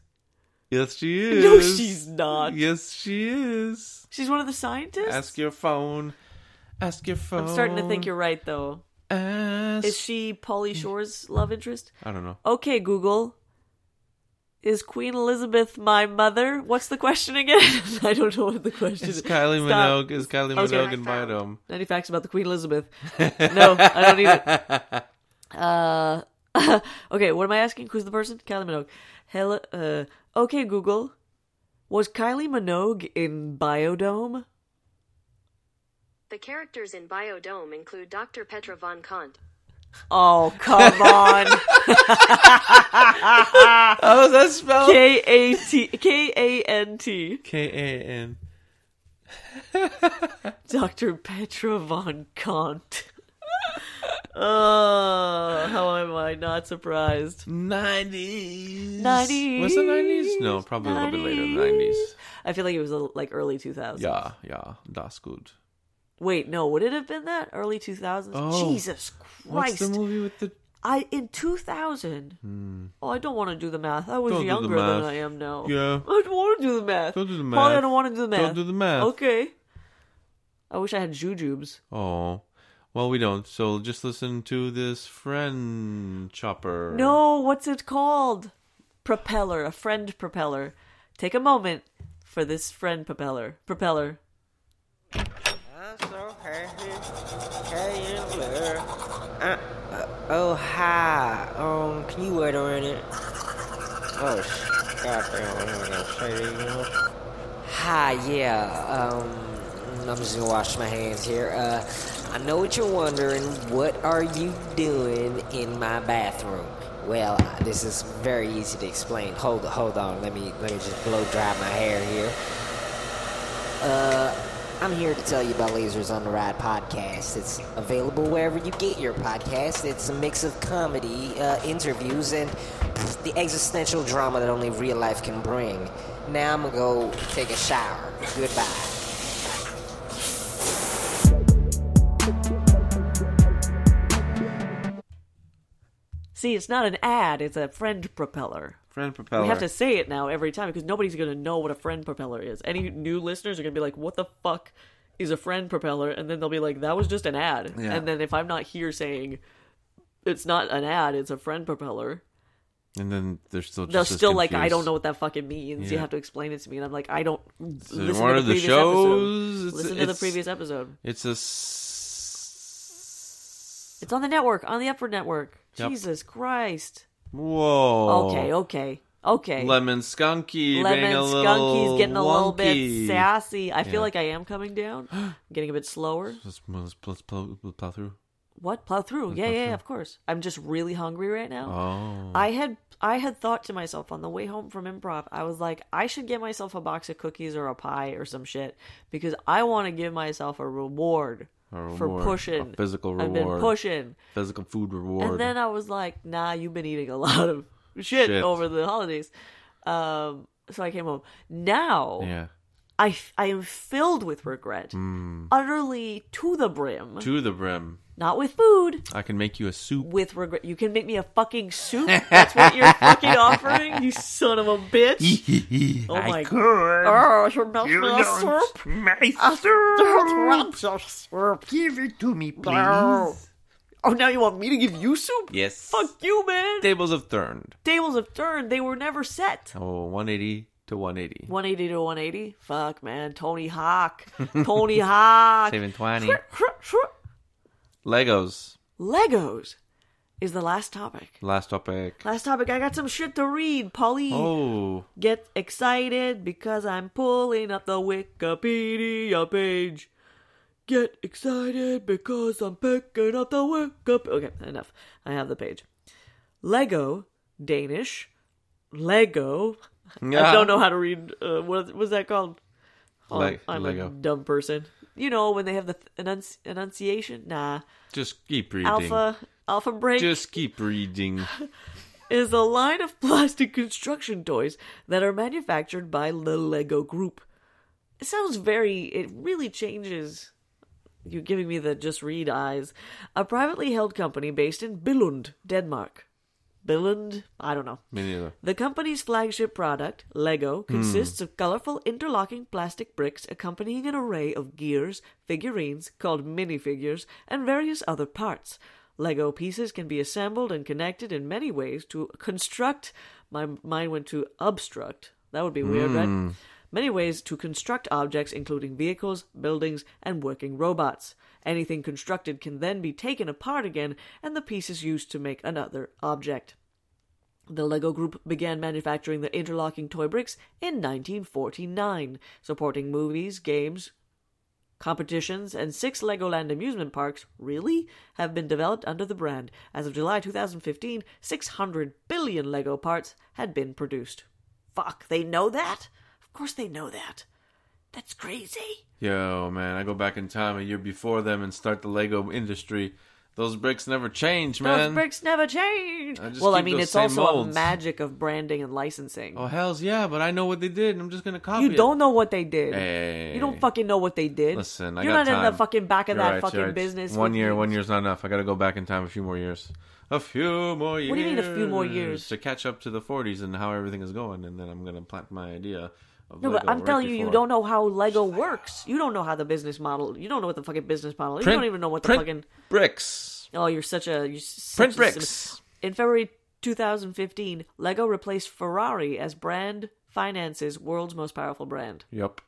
B: Yes, she is.
A: No, she's not.
B: Yes, she is.
A: She's one of the scientists.
B: Ask your phone. Ask your phone.
A: I'm starting to think you're right, though.
B: Ask...
A: Is she Polly Shore's love interest?
B: I don't know.
A: Okay, Google. Is Queen Elizabeth my mother? What's the question again? I don't know what the question
B: Is
A: is.
B: Kylie
A: Stop.
B: Minogue? Is Kylie
A: Okay.
B: Minogue in
D: I found-
B: Biodome?
A: Any facts about the Queen Elizabeth? No, I don't need it. Uh, okay, what am I asking? Who's the person? Kylie Minogue. Hello. Uh, okay, Google. Was Kylie Minogue in Biodome?
D: The characters in Biodome include Dr. Petra von Kant.
A: Oh, come on.
B: Oh, How does that spell?
A: K A T K A N T.
B: K A N.
A: Dr. Petra von Kant. oh, how am I not surprised?
B: Nineties.
A: 90s.
B: Was it nineties? No, probably a little bit later than nineties.
A: I feel like it was uh, like early 2000s.
B: Yeah, yeah, that's good.
A: Wait, no, would it have been that? Early 2000s?
B: Oh.
A: Jesus
B: What's
A: Christ.
B: the movie with the?
A: I in 2000. Oh, I don't want to do the math. I was
B: Hmm. Don't do
A: younger
B: the
A: than
B: math.
A: I am now.
B: Yeah.
A: I don't want to do the math.
B: Don't do the
A: Polly, I
B: math.
A: don't want to do the math.
B: Don't do the math.
A: Okay. I wish I had jujubes.
B: Oh, well, we don't. So just listen to this friend chopper.
A: No, what's it called? Propeller, a friend propeller. Take a moment for this friend propeller. Propeller.
E: I'm so happy, hey and blue. Uh, uh, oh hi. Um, can you wait on it? Oh sh- goddamn, what am I gonna say to you? Hi, yeah. Um, I'm just gonna wash my hands here. Uh, I know what you're wondering. What are you doing in my bathroom? Well, uh, this is very easy to explain. Hold, hold on. Let me, let me just blow dry my hair here. I'm here to tell you about Lasers on the Ride podcast. It's available wherever you get your podcast. It's a mix of comedy, uh, interviews, and the existential drama that only real life can bring. Now I'm gonna go take a shower. Goodbye.
A: See, it's not an ad, it's a friend propeller.
B: friend propeller.
A: We have to say it now every time because nobody's going to know what a friend propeller is. Any new listeners are going to be like, what the fuck is a friend propeller? And then they'll be like, that was just an ad.
B: Yeah.
A: And then if I'm not here saying it's not an ad, it's a friend propeller,
B: And then they're still just
A: they'll
B: as
A: still like, I
B: confused.
A: don't know what that fucking means. You
B: Yeah.
A: have to explain it to me. And I'm like, I don't.
B: Is it
A: listen
B: one
A: to
B: of the
A: previous
B: shows.
A: Episode.
B: It's-
A: Listen to the
B: it's-
A: previous episode.
B: It's a. s-
A: It's on the network, on the Upward Network.
B: Yep.
A: Jesus Christ.
B: Whoa.
A: Okay, okay, okay.
B: Lemon skunky.
A: Lemon
B: being a
A: Skunky's
B: little
A: getting a little bit
B: wonky.
A: sassy. I
B: Yeah.
A: feel like I am coming down. I'm getting a bit slower.
B: Let's, let's, let's plow, let's plow through.
A: What? Plow through. Yeah,
B: plow
A: yeah,
B: through.
A: of course. I'm just really hungry right now.
B: Oh.
A: I had I had thought to myself on the way home from improv, I was like, I should get myself a box of cookies or a pie or some shit because I want to give myself a reward,
B: A
A: for
B: reward,
A: pushing.
B: a physical
A: I've been
B: reward.
A: pushing.
B: Physical food reward.
A: And then I was like, nah, you've been eating a lot of shit,
B: Shit.
A: over the holidays. Um, so I came home. Now
B: yeah.
A: I, f- I am filled with regret, utterly to the brim.
B: Mm. To the brim.
A: Not with food,
B: I can make you a soup.
A: with regret. You can make me a fucking soup. That's what you're fucking offering, you son of a bitch. Oh my god! Oh, you make me a soup.
F: My
A: That's right.
F: Give it to me, please.
A: Oh, now you want me to give you soup?
B: Yes.
A: Fuck you, man.
B: Tables have turned.
A: Tables have turned. They were never set.
B: Oh, 180 to 180.
A: 180 to 180. Fuck, man. Tony Hawk. Tony Hawk.
B: Saving 20. Legos.
A: Legos is the last topic.
B: Last topic.
A: Last topic. I got some shit to read. Pauline,
B: Oh.
A: get excited because I'm pulling up the Wikipedia page. Get excited because I'm picking up the Wikipedia. Okay, enough. I have the page. Lego, Danish, Lego. I don't know how to read. Uh, what was that called? Oh,
B: Leg-
A: I'm
B: Lego.
A: a dumb person. You know when they have the th- enunci- enunciation? Nah.
B: Just keep reading.
A: Alpha Alpha Break
B: Just keep reading.
A: is a line of plastic construction toys that are manufactured by the Lego Group. It sounds very. It really changes. You're giving me the just read eyes. A privately held company based in Billund, Denmark. Billund? I don't know.
B: Me neither.
A: The company's flagship product, Lego, consists of colorful interlocking plastic bricks accompanying an array of gears, figurines called minifigures, and various other parts. Lego pieces can be assembled and connected in many ways to construct. My mind went to obstruct. That would be weird, right? Many ways to construct objects, including vehicles, buildings, and working robots. Anything constructed can then be taken apart again, and the pieces used to make another object. The Lego Group began manufacturing the interlocking toy bricks in 1949, supporting movies, games, competitions, and six Legoland amusement parks. Really? Have been developed under the brand. As of July 2015, 600 billion Lego parts had been produced. Fuck, they know that? Of course they know that. That's crazy.
B: Yo, man, I go back in time a year before them and start the Lego industry. Those bricks never change, man.
A: Those bricks never change.
B: I just
A: well, I
B: keep
A: mean,
B: those
A: it's
B: same
A: also a
B: molds.
A: magic of branding and licensing.
B: Oh hell's yeah, but I know what they did, and I'm just gonna copy.
A: you
B: it.
A: don't know what they did.
B: Hey.
A: You don't fucking know what they did.
B: Listen, I
A: you're
B: got
A: not in
B: time.
A: the fucking back of
B: You're
A: that
B: right, you're
A: fucking
B: right.
A: business.
B: One
A: with
B: year,
A: you.
B: one year's not enough. I got to go back in time a few more years. A few more years.
A: What do you mean a few more years?
B: To catch up to the 40s and how everything is going, and then I'm gonna plant my idea. Of
A: No,
B: Lego
A: but I'm
B: right
A: telling you, you
B: before.
A: don't know how Lego works. You don't know how the business model. You don't know what the fucking business model. is. you
B: Print-
A: don't even know what the
B: print
A: fucking.
B: bricks.
A: Oh, you're such a you're such
B: Print
A: a-
B: bricks.
A: In February 2015, Lego replaced Ferrari as brand finances world's most powerful brand.
B: Yep.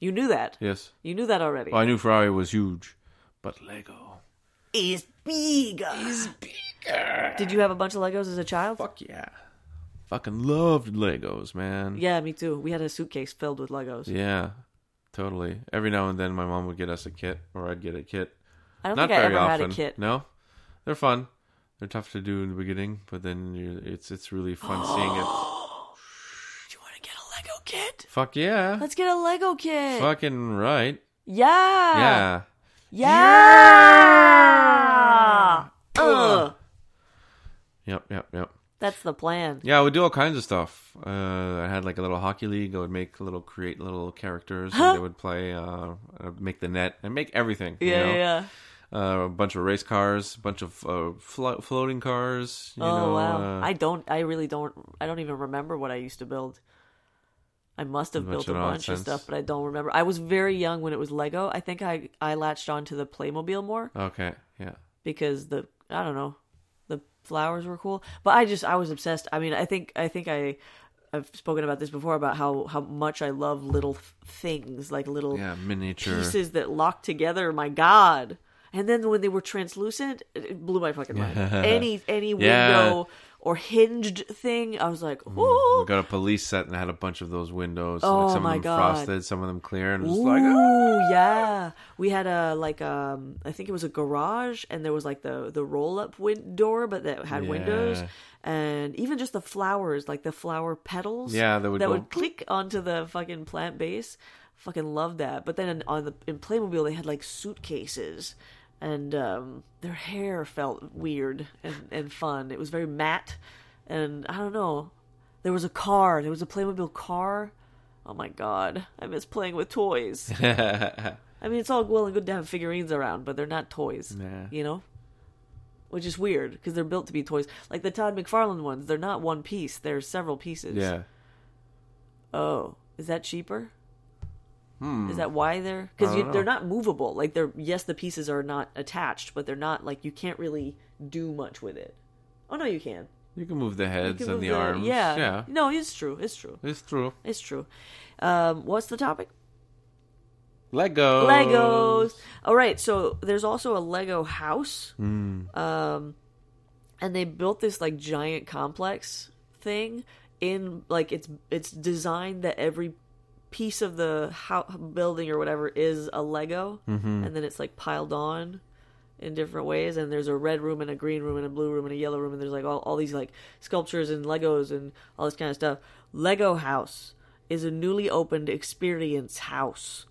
A: You knew that.
B: Yes.
A: You knew that already.
B: Well, I knew Ferrari was huge, but Lego.
A: Is big. Did you have a bunch of Legos as a child?
B: Fuck yeah. Fucking loved Legos, man.
A: Yeah, me too. We had a suitcase filled with Legos.
B: Yeah, totally. Every now and then, my mom would get us a kit, or I'd get a kit.
A: I don't
B: Not
A: think I
B: very
A: ever
B: often.
A: had a kit.
B: No, they're fun. They're tough to do in the beginning, but then you're, it's it's really fun seeing it.
A: Do you want to get a Lego kit?
B: Fuck yeah,
A: Let's get a Lego kit.
B: fucking right.
A: Yeah.
B: yeah,
A: Yeah. Ugh.
B: yep, yep, yep.
A: That's the plan.
B: Yeah, I would do all kinds of stuff. Uh, I had like a little hockey league. I would make little, create little characters. And they would play, uh, I'd make the net, and make everything. you
A: Yeah,
B: know?
A: yeah. yeah.
B: Uh, a bunch of race cars, a bunch of uh, flo- floating cars. You
A: Oh
B: know,
A: wow.
B: uh,
A: I don't. I really don't. I don't even remember what I used to build. I must have
B: Bunch
A: built a
B: of
A: bunch of
B: nonsense.
A: stuff, but I don't remember. I was very young when it was Lego. I think I I latched onto the Playmobil more
B: uh, Okay, yeah.
A: because the I don't know, the flowers were cool. But I just I was obsessed. I mean, I think I think I I've spoken about this before about how how much I love little th- things like little
B: Yeah, miniature.
A: pieces that lock together. My God! And then when they were translucent, it- it blew my fucking mind. any any
B: Yeah. Mm,
A: window or hinged thing, I was like,
B: We
A: ooh,
B: got a police set and had a bunch of those windows.
A: Oh
B: like some
A: my
B: of them
A: God.
B: frosted, some of them clear, and it was
A: ooh,
B: like "Ah."
A: yeah. We had a like um, I think it was a garage, and there was like the the roll up win- door, but that had windows.
B: Yeah.
A: And even just the flowers, like the flower petals,
B: Yeah, that would go-
A: click onto the fucking plant base. Fucking love that. But then in, on the in Playmobil, they had like suitcases, and um, their hair felt weird and, and fun. It was very matte, and I don't know. There was a car. There was a Playmobil car. Oh my god, I miss playing with toys. I mean, it's all well and good to have figurines around, but they're not toys.
B: Nah.
A: You know. Which is weird because they're built to be toys. Like the Todd McFarlane ones, they're not one piece; they're several pieces.
B: yeah.
A: Oh, is that cheaper?
B: Hmm.
A: Is that why they're because
B: don't
A: they're
B: know.
A: not movable? Like they're yes, the pieces are not attached, but they're not like you can't really do much with it. Oh no, you can.
B: You can move the
A: You
B: heads
A: can
B: and
A: move
B: the, arms.
A: Yeah,
B: yeah,
A: No, it's true. It's true.
B: it's true.
A: It's true. Um, what's the topic?
B: Legos.
A: Legos. All right, so there's also a Lego house. Um, and they built this like giant complex thing in like it's it's designed that every piece of the ho- building or whatever is a Lego, and then it's like piled on in different ways and there's a red room and a green room and a blue room and a yellow room and there's like all, all these like sculptures and legos and all this kind of stuff lego house is a newly opened experience house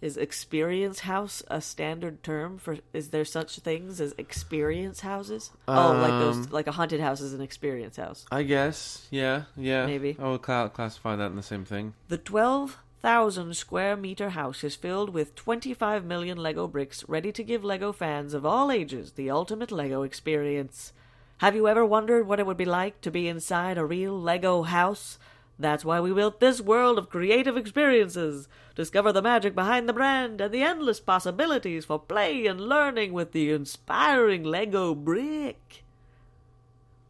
A: is experience house a standard term for is there such things as experience houses oh like those like a haunted house is an experience house
B: I guess. Yeah, yeah.
A: Maybe.
B: I would cla classify that in the same thing.
A: The 12,000 square meter house is filled with 25 million Lego bricks ready to give Lego fans of all ages the ultimate Lego experience. Have you ever wondered what it would be like to be inside a real Lego house? That's why we built this world of creative experiences. Discover the magic behind the brand and the endless possibilities for play and learning with the inspiring Lego brick.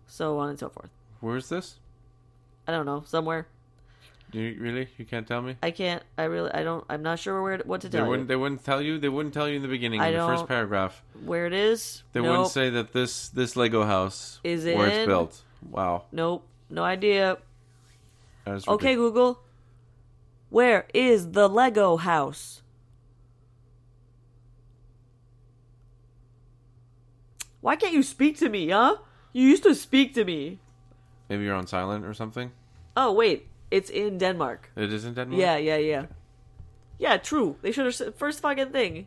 A: So on and so forth.
B: Where's this?
A: I don't know, somewhere.
B: Do you, really? You can't tell me.
A: I can't. I really. I don't. I'm not sure where what to
B: They
A: tell
B: wouldn't.
A: you.
B: They wouldn't tell you. They wouldn't tell you in the beginning.
A: I
B: in the first
A: don't-
B: paragraph,
A: Where it is?
B: they
A: nope.
B: wouldn't say that this this Lego house
A: Is
B: where it's
A: in-
B: built. Wow.
A: Nope. No idea.
B: That is
A: Okay,
B: ridic-
A: Google. Where is the Lego house? Why can't you speak to me, huh? You used to speak to me.
B: Maybe you're on silent or something.
A: Oh wait, it's in Denmark.
B: It is in Denmark.
A: Yeah, yeah, yeah. Yeah, true. They should have said first fucking thing.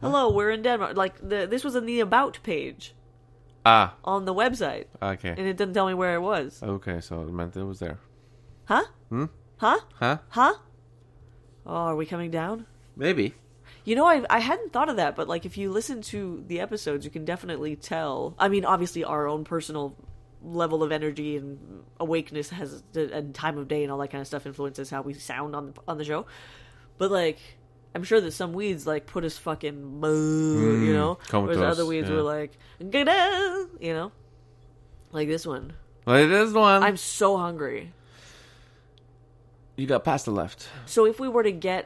A: Hello, we're in Denmark. Like the this was in the about page
B: Ah,
A: on the website, and
B: okay.
A: it didn't tell me where it was.
B: Okay, so it meant it was there.
A: Huh? Hmm? Huh?
B: Huh?
A: Huh? Oh, are we coming down?
B: Maybe.
A: You know, I I hadn't thought of that, but like if you listen to the episodes, you can definitely tell. I mean, obviously, our own personal level of energy and awakeness has and time of day and all that kind of stuff influences how we sound on the, on the show. But like, I'm sure that some weeds like put us fucking moo, you know, whereas
B: comatose,
A: other weeds
B: yeah.
A: were like, "Gada," you know, like this one.
B: Well, it is the one.
A: I'm so hungry.
B: You got past the left.
A: So if we were to get,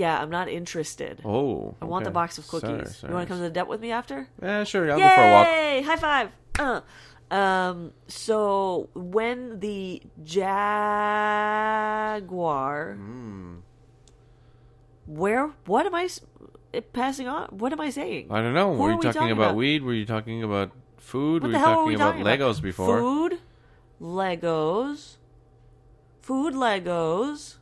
A: yeah, I'm not interested.
B: Oh.
A: I want the
B: okay.
A: box of cookies.
B: Sorry,
A: You want to
B: sorry.
A: come to the debt with me after?
B: Yeah, sure. I'll
A: Yay!
B: go for a walk.
A: High five. Uh. Um. So when the jaguar,
B: Hmm.
A: where? What am I s- passing on? What am I saying?
B: I don't know.
A: Who
B: were
A: are
B: you
A: we
B: talking,
A: talking
B: about,
A: about?
B: weed? Were you talking about food?
A: What
B: were
A: the
B: you
A: hell
B: talking,
A: were we talking
B: about Legos
A: about?
B: before?
A: Food, Legos, food, Legos,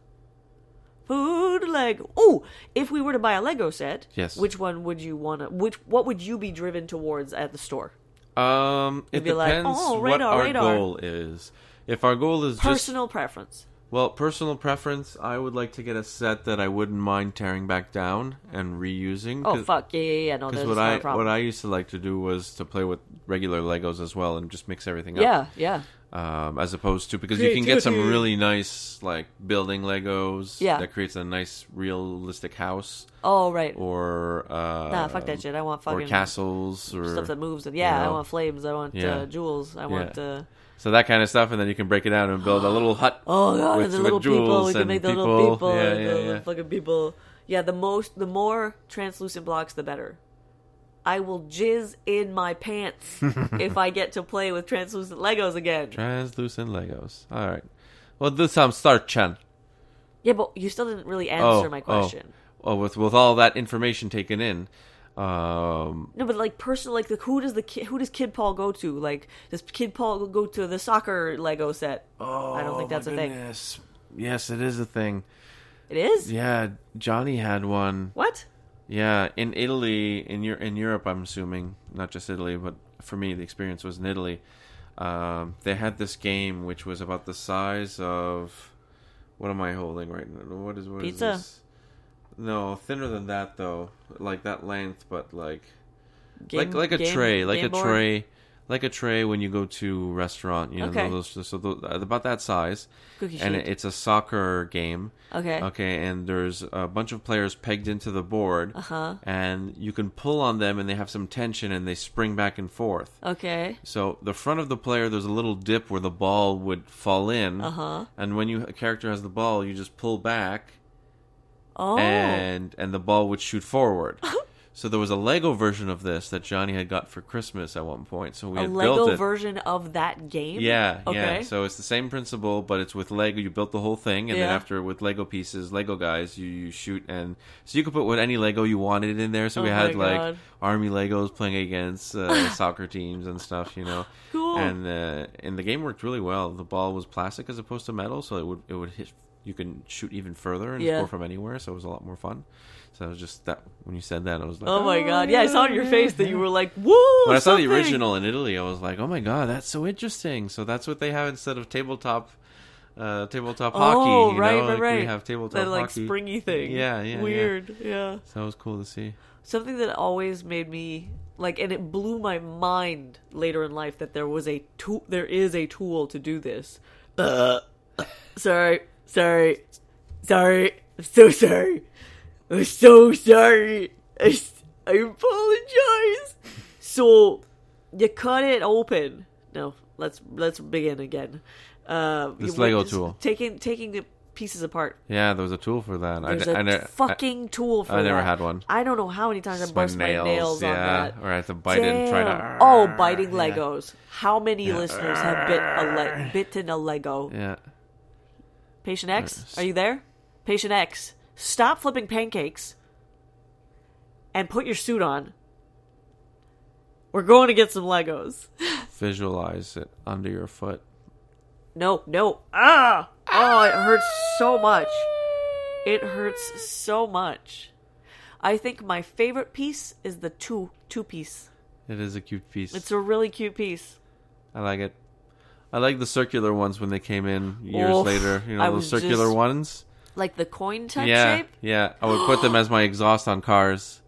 A: food, leg. Oh, if we were to buy a Lego set,
B: Yes.
A: Which one would you want to? Which what would you be driven towards at the store?
B: Um, it
A: be like,
B: depends
A: "Oh,
B: what
A: radar,
B: our
A: radar."
B: goal is. If our goal is just
A: Personal preference.
B: well, personal preference, I would like to get a set that I wouldn't mind tearing back down and reusing.
A: Oh
B: 'cause-
A: fuck yeah, yeah, yeah. No,
B: Because
A: that's
B: what
A: not
B: I
A: a problem.
B: what I used to like to do was to play with regular Legos as well and just mix everything
A: yeah,
B: up.
A: yeah,
B: Um, as opposed to because you can get some really nice like building Legos
A: Yeah.
B: that creates a nice realistic house
A: oh right.
B: or uh,
A: nah, fuck that shit. I want
B: or
A: fucking
B: castles or
A: stuff that moves. And yeah,
B: you
A: I
B: know.
A: want flames. I want uh,
B: Yeah.
A: jewels. I want. Uh,
B: so that kind of stuff, and then you can break it down and build a little hut.
A: Oh god,
B: with,
A: and the
B: with
A: little people.
B: jewels
A: We can
B: and
A: make the
B: people.
A: little people.
B: Yeah,
A: and
B: yeah,
A: the little
B: yeah.
A: fucking people. Yeah, the most, the more translucent blocks, the better. I will jizz in my pants if I get to play with translucent Legos again.
B: Translucent Legos. All right. Well, this time start, Chen.
A: yeah, but you still didn't really answer my question.
B: Oh, oh, with with all that information taken in, um,
A: No, but like personal, like the who does the kid, who does Kid Paul go to? Like does Kid Paul go to the soccer Lego set? Oh, I don't think that's a thing.
B: Yes, yes, it is a thing.
A: It is.
B: Yeah, Johnny had one.
A: What?
B: Yeah, in Italy, in Eu- in Europe, I'm assuming not just Italy, but for me, the experience was in Italy. Um, they had this game which was about the size of what am I holding right now? What is what is
A: Pizza.
B: this? No, thinner than that though, like that length, but like
A: Game-
B: like like a
A: game-
B: tray, like
A: game
B: a
A: board?
B: tray, like a tray when you go to restaurant. You know,
A: Okay.
B: those, so tho- about that size,
A: Cookie
B: and
A: sheet.
B: it's a soccer game.
A: Okay.
B: Okay, and there's a bunch of players pegged into the board, uh-huh. and you can pull on them, and they have some tension, and they spring back and forth.
A: Okay.
B: So the front of the player, there's a little dip where the ball would fall in,
A: Uh-huh.
B: and when you a character has the ball, you just pull back,
A: Oh.
B: and and the ball would shoot forward. so there was a Lego version of this that Johnny had got for Christmas at one point. So we
A: a
B: had
A: Lego
B: built it.
A: version of that game.
B: Yeah,
A: Okay.
B: yeah. So it's the same principle, but it's with Lego. You built the whole thing, and then
A: Yeah.
B: after with Lego pieces, Lego guys, you, you shoot, and so you could put what any Lego you wanted in there. So we
A: Oh
B: had
A: my
B: like
A: God.
B: army Legos playing against uh, soccer teams and stuff, you know.
A: Cool.
B: And uh, and the game worked really well. The ball was plastic as opposed to metal, so it would it would hit. You can shoot even further and
A: Yeah.
B: score from anywhere, so it was a lot more fun. So it was just that when you said that, I was like,
A: oh my god! Yeah, I saw on your face that you were like, "Woo!"
B: when I saw the
A: something!"
B: original in Italy, I was like, "Oh my god, that's so interesting!" So that's what they have instead of tabletop, uh, tabletop hockey.
A: Oh,
B: you
A: right,
B: know?
A: right,
B: like,
A: right.
B: We have tabletop
A: that like
B: hockey.
A: springy thing.
B: Yeah, yeah, yeah.
A: Weird. Yeah.
B: So it was cool to see.
A: Something that always made me like, and it blew my mind later in life that there was a tool. There is a tool to do this. Uh, sorry, sorry, sorry. I'm so sorry. I'm so sorry. I, s- I apologize. So you cut it open. No, let's let's begin again. Uh,
B: This
A: you were
B: Lego
A: just
B: tool.
A: taking taking the pieces apart.
B: Yeah, there was a tool for that.
A: There's
B: I,
A: a
B: I, ne- I-
A: fucking tool for
B: I never
A: that.
B: had one.
A: I don't know how many times I
B: it's
A: burst my nails, on
B: yeah,
A: that.
B: or I had to bite it and try
A: Damn.
B: to.
A: Oh, biting Legos. How many listeners have bit a le- bitten a Lego?
B: Yeah,
A: Patient X, are you there? Patient X, stop flipping pancakes and put your suit on. We're going to get some Legos.
B: visualize it under your foot.
A: No, no. Ah! Oh, it hurts so much. It hurts so much. I think my favorite piece is the two two piece.
B: It is a cute piece.
A: It's a really cute piece.
B: I like it. I like the circular ones when they came in years
A: Oof,
B: later. You know,
A: I was
B: those circular
A: just-
B: ones.
A: Like the coin type
B: Yeah,
A: shape?
B: yeah. I would put them as my exhaust on cars.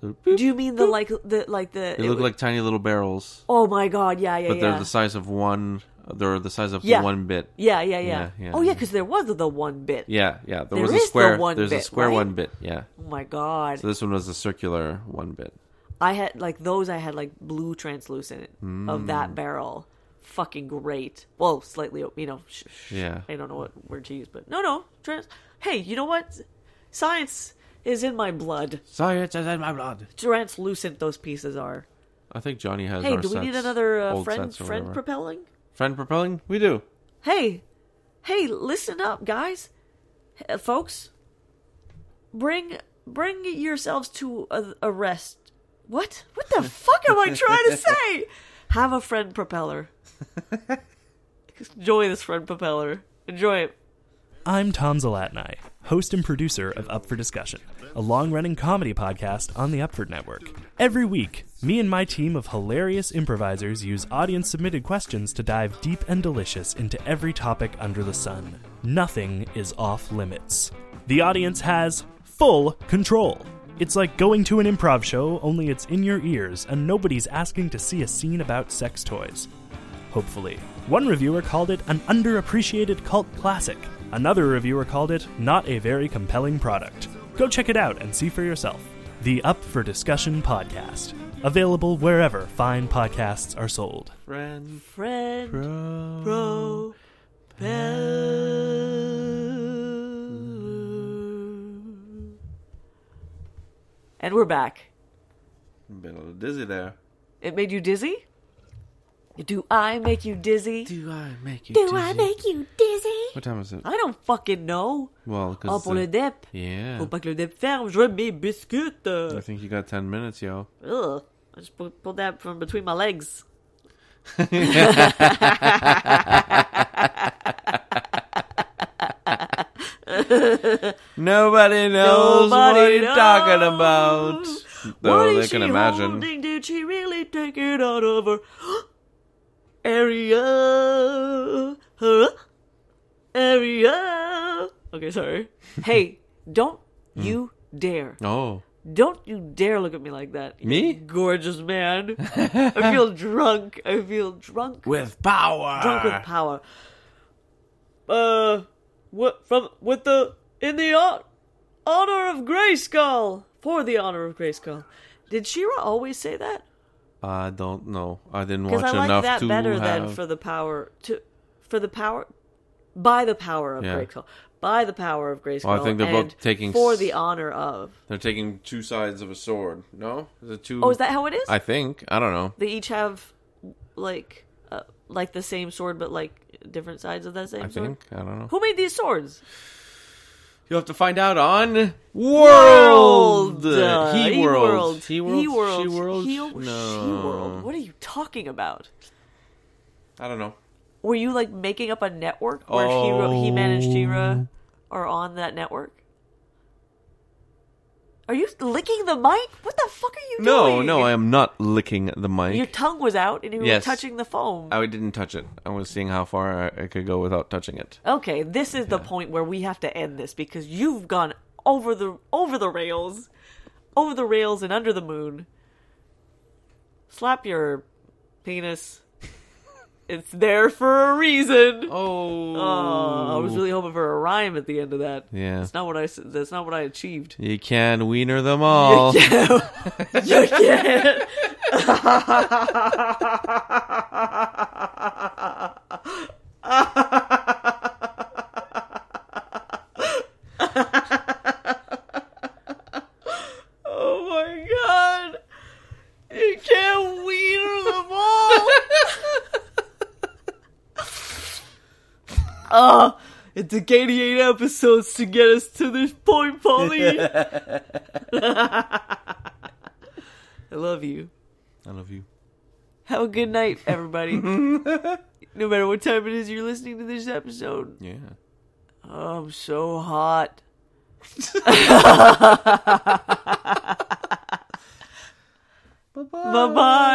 B: So boop,
A: Do you mean the like the like the
B: they look like tiny little barrels,
A: Oh my god, yeah, yeah,
B: but
A: yeah.
B: they're the size of one. They're the size of
A: Yeah.
B: one bit.
A: yeah, yeah, yeah,
B: Yeah, yeah,
A: Oh yeah,
B: yeah.
A: because there was the one bit.
B: Yeah, yeah. There,
A: There
B: was a
A: is the
B: square.
A: one
B: there's a
A: bit,
B: square
A: right?
B: one bit. Yeah.
A: Oh my god.
B: So this one was the circular one bit.
A: I had like those. I had like blue translucent of
B: Hmm.
A: that barrel. Fucking great. Well, slightly, you know. Sh- sh-
B: Yeah.
A: I don't know what word to use, but no, no. Trans. Hey, you know what? Science is in my blood.
B: Sorry, it's in my blood.
A: Translucent those pieces are.
B: I think Johnny has.
A: Hey,
B: our
A: do we need
B: sets,
A: another uh,
B: old
A: friend?
B: sets or
A: Friend
B: whatever.
A: propelling?
B: friend propelling? We do.
A: Hey, hey, listen up, guys, uh, folks. Bring bring yourselves to a, a rest. What? What the fuck am I trying to say? Have a friend propeller. Enjoy this friend propeller. Enjoy it.
G: I'm Tom Zalatni, host and producer of Up for Discussion, a long running comedy podcast on the Upford Network. Every week, me and my team of hilarious improvisers use audience submitted questions to dive deep and delicious into every topic under the sun. Nothing is off limits. The audience has full control. It's like going to an improv show, only it's in your ears and nobody's asking to see a scene about sex toys hopefully. One reviewer called it an underappreciated cult classic. Another reviewer called it not a very compelling product. Go check it out and see for yourself. The Up for Discussion podcast. Available wherever fine podcasts are sold.
B: Friend
A: Friend
B: pro.
A: propeller. And we're back.
B: Been a little dizzy there.
A: It made you dizzy? Do I make you dizzy?
B: Do I make you?
A: Do I make Ah, you dizzy?
B: What time is it?
A: I don't fucking know.
B: Well, because
A: Up on le dep.
B: yeah.
A: Faut pas que le dep ferme, je veux mes biscuits.
B: I think you got ten minutes, yo.
A: Ugh. I just pu- pulled that from between my legs.
B: Nobody knows what
A: Nobody
B: you're talking
A: knows.
B: about. Though
A: what
B: they
A: is
B: can
A: she
B: imagine.
A: holding? Did she really take it out of her area? Huh? Area. Okay, sorry. hey, don't
B: Hmm.
A: you dare.
B: Oh,
A: Don't you dare look at me like that. you
B: Me?
A: Gorgeous man. I feel drunk. I feel drunk.
B: with power.
A: drunk with power. Uh, what from with the in the hon- honor of Grayskull for the honor of Grayskull. Did Shira always say that?
B: I don't know. I didn't watch
A: Because I like
B: enough
A: that
B: to
A: better
B: have.
A: than for the power to for the power by the power of
B: Yeah.
A: Grayskull by the power of Grayskull.
B: think they're both
A: and
B: taking
A: for
B: s-
A: the honor of.
B: They're taking two sides of a sword. No, is it two?
A: Oh, is that how it is?
B: I think. I don't know.
A: they each have like uh, like the same sword, but like different sides of that same
B: I
A: sword.
B: think. I don't know.
A: Who made these swords?
B: You'll have to find out on World.
A: Uh,
B: he world.
A: He world.
B: He world. She world.
A: He-
B: no.
A: She world. What are you talking about?
B: I don't know.
A: Were you like making up a network where Hero,
B: Oh.
A: he managed Hira are on that network? Are you licking the mic? What the fuck are you
B: No,
A: doing?
B: no, I am not licking the mic.
A: Your tongue was out and you
B: Yes.
A: were touching the foam.
B: I didn't touch it. I was seeing how far I, I could go without touching it.
A: Okay, this is the point where we have to end this because you've gone over the over the rails, over the rails and under the moon. Slap your penis. it's there for a reason.
B: Oh.
A: I was really hoping for a rhyme at the end of that.
B: Yeah.
A: That's not what I s- that's not what I achieved.
B: You can wiener them
A: Oh.
B: all.
A: You can't. oh my god. You can't wiener them all. oh, it took 88 episodes to get us to this point, Pauline. I love you.
B: I love you.
A: Have a good night, everybody. no matter what time it is you're listening to this episode,
B: Yeah.
A: oh, I'm so hot. Bye bye.